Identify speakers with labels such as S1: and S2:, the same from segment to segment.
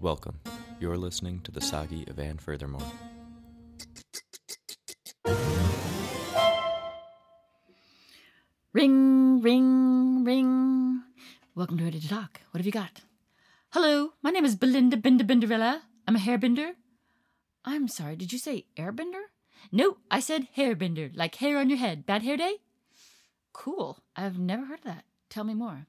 S1: Welcome. You're listening to the Sagi of And Furthermore.
S2: Ring, ring, ring. Welcome to Ready to Talk. What have you got? Hello, my name is Belinda Bender Benderella. I'm a hairbender. I'm sorry, did you say airbender? No, I said hairbender, like hair on your head. Bad hair day? Cool. I've never heard of that. Tell me more.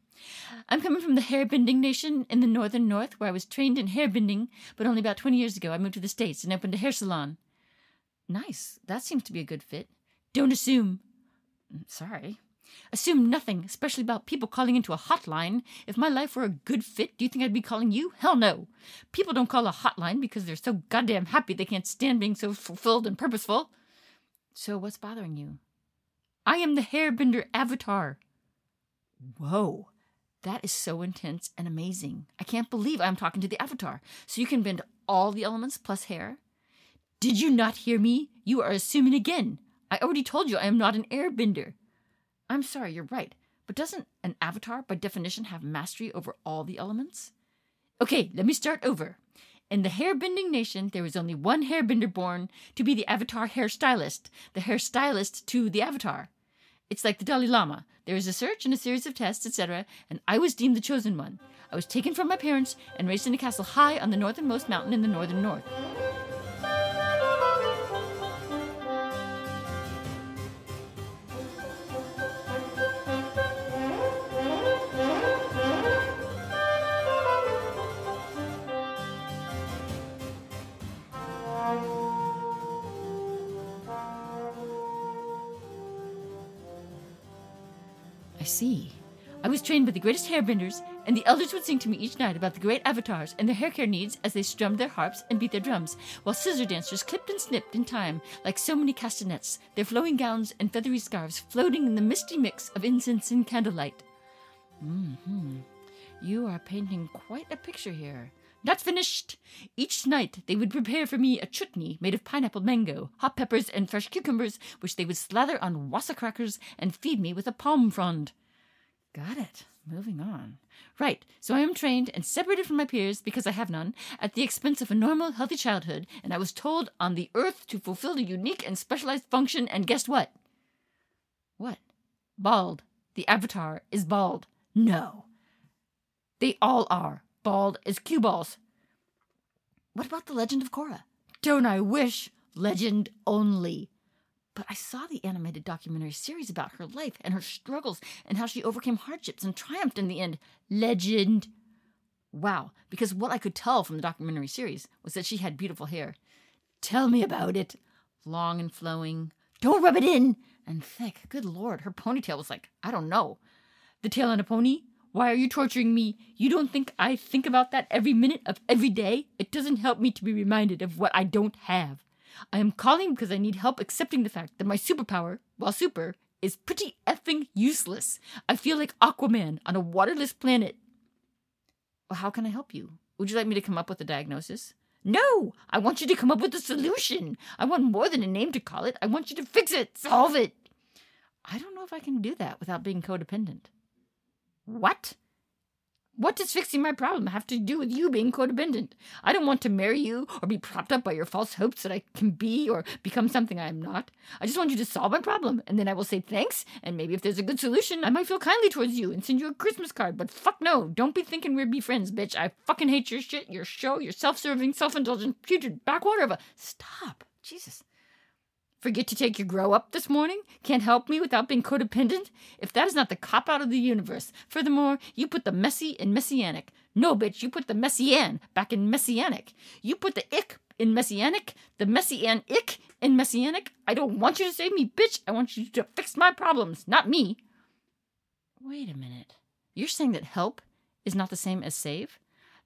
S2: I'm coming from the hairbending nation in the northern north, where I was trained in hairbending, but only about 20 years ago I moved to the States and opened a hair salon. Nice. That seems to be a good fit. Don't assume. Mm, Sorry. Assume nothing, especially about people calling into a hotline. If my life were a good fit, do you think I'd be calling you? Hell no. People don't call a hotline because they're so goddamn happy they can't stand being so fulfilled and purposeful. So, what's bothering you? I am the hairbender avatar. Whoa. That is so intense and amazing. I can't believe I'm talking to the avatar. So, you can bend all the elements plus hair? Did you not hear me? You are assuming again. I already told you I am not an airbender. I'm sorry, you're right. But doesn't an avatar, by definition, have mastery over all the elements? Okay, let me start over. In the hairbending nation, there was only one hairbender born to be the avatar hairstylist, the hairstylist to the avatar. It's like the Dalai Lama. There is a search and a series of tests, etc., and I was deemed the chosen one. I was taken from my parents and raised in a castle high on the northernmost mountain in the northern north. I see. I was trained by the greatest hairbenders, and the elders would sing to me each night about the great avatars and their hair care needs as they strummed their harps and beat their drums, while scissor dancers clipped and snipped in time like so many castanets, their flowing gowns and feathery scarves floating in the misty mix of incense and candlelight. You are painting quite a picture here. Not finished! Each night they would prepare for me a chutney made of pineapple mango, hot peppers, and fresh cucumbers, which they would slather on wassa crackers and feed me with a palm frond. Got it. Moving on. Right, so I am trained and separated from my peers because I have none at the expense of a normal, healthy childhood, and I was told on the earth to fulfill a unique and specialized function, and guess what? What? Bald. The avatar is bald. No. They all are bald as cue balls. What about the legend of Korra? Don't I wish? Legend only. But I saw the animated documentary series about her life and her struggles and how she overcame hardships and triumphed in the end. Legend. Wow, because what I could tell from the documentary series was that she had beautiful hair. Tell me about it. Long and flowing. Don't rub it in. And thick. Good lord, her ponytail was like, I don't know. The tail on a pony? Why are you torturing me? You don't think I think about that every minute of every day? It doesn't help me to be reminded of what I don't have. I am calling because I need help accepting the fact that my superpower, while super, is pretty effing useless. I feel like Aquaman on a waterless planet. Well, how can I help you? Would you like me to come up with a diagnosis? No! I want you to come up with a solution. I want more than a name to call it. I want you to fix it, solve it. I don't know if I can do that without being codependent. What? What does fixing my problem have to do with you being codependent? I don't want to marry you or be propped up by your false hopes that I can be or become something I am not. I just want you to solve my problem, and then I will say thanks, and maybe if there's a good solution, I might feel kindly towards you and send you a Christmas card. But fuck no, don't be thinking we'd be friends, bitch. I fucking hate your shit, your show, your self serving, self indulgent, putrid backwater of a. Stop. Jesus. Forget to take your grow up this morning? Can't help me without being codependent? If that is not the cop out of the universe. Furthermore, you put the messy in messianic. No, bitch, you put the messian back in messianic. You put the ick in messianic, the messian ick in messianic. I don't want you to save me, bitch. I want you to fix my problems, not me. Wait a minute. You're saying that help is not the same as save?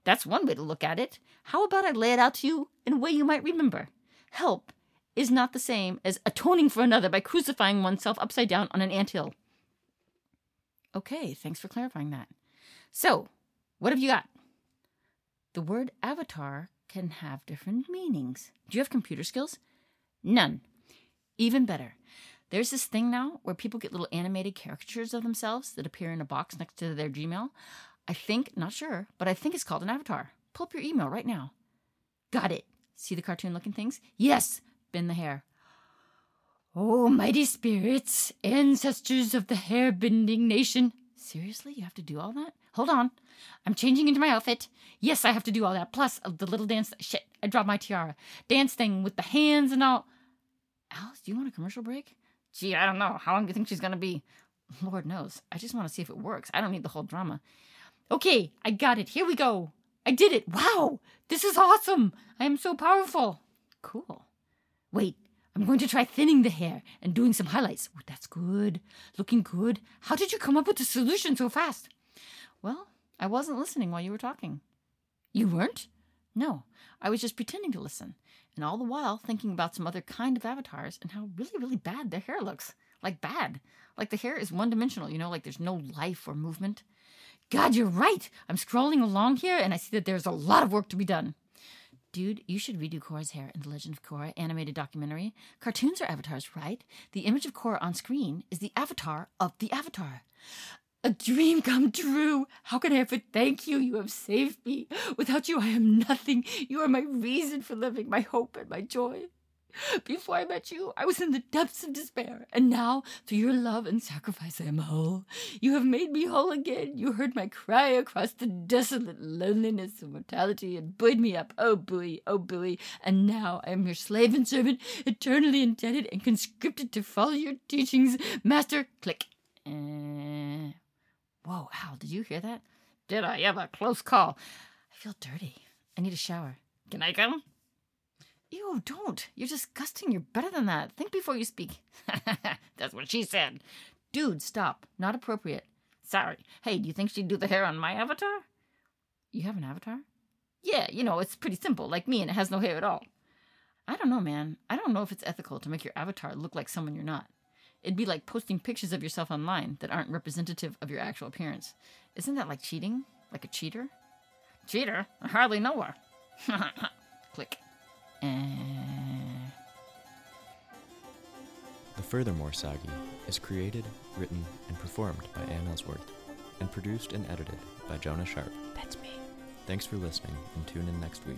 S2: That's one way to look at it. How about I lay it out to you in a way you might remember? Help is not the same as atoning for another by crucifying oneself upside down on an anthill. Okay, thanks for clarifying that. So, what have you got? The word avatar can have different meanings. Do you have computer skills? None. Even better. There's this thing now where people get little animated caricatures of themselves that appear in a box next to their Gmail. I think, not sure, but I think it's called an avatar. Pull up your email right now. Got it. See the cartoon looking things? Yes. Bend the hair. Oh, mighty spirits, ancestors of the hair bending nation. Seriously, you have to do all that? Hold on. I'm changing into my outfit. Yes, I have to do all that. Plus uh, the little dance. Shit, I dropped my tiara. Dance thing with the hands and all. Alice, do you want a commercial break? Gee, I don't know. How long do you think she's going to be? Lord knows. I just want to see if it works. I don't need the whole drama. Okay, I got it. Here we go. I did it. Wow, this is awesome. I am so powerful. Cool. Wait, I'm going to try thinning the hair and doing some highlights. Ooh, that's good. Looking good. How did you come up with the solution so fast? Well, I wasn't listening while you were talking. You weren't? No, I was just pretending to listen, and all the while thinking about some other kind of avatars and how really, really bad their hair looks. Like bad. Like the hair is one dimensional, you know, like there's no life or movement. God, you're right. I'm scrolling along here and I see that there's a lot of work to be done. Dude, you should redo Korra's hair in The Legend of Korra animated documentary. Cartoons are avatars, right? The image of Korra on screen is the avatar of the avatar. A dream come true. How can I ever thank you? You have saved me. Without you, I am nothing. You are my reason for living, my hope and my joy. Before I met you, I was in the depths of despair, and now, through your love and sacrifice, I am whole. You have made me whole again. You heard my cry across the desolate loneliness of mortality and buoyed me up. Oh, buoy, oh, buoy. And now I am your slave and servant, eternally indebted and conscripted to follow your teachings. Master, click. Eh. Whoa, Al, did you hear that? Did I have a close call? I feel dirty. I need a shower. Can I come? Ew, don't. You're disgusting. You're better than that. Think before you speak. That's what she said. Dude, stop. Not appropriate. Sorry. Hey, do you think she'd do the hair on my avatar? You have an avatar? Yeah, you know, it's pretty simple, like me, and it has no hair at all. I don't know, man. I don't know if it's ethical to make your avatar look like someone you're not. It'd be like posting pictures of yourself online that aren't representative of your actual appearance. Isn't that like cheating? Like a cheater? Cheater? I hardly know her. Click. Eh.
S1: The Furthermore Sagi is created, written, and performed by Ann Ellsworth, and produced and edited by Jonah Sharp. That's me. Thanks for listening, and tune in next week.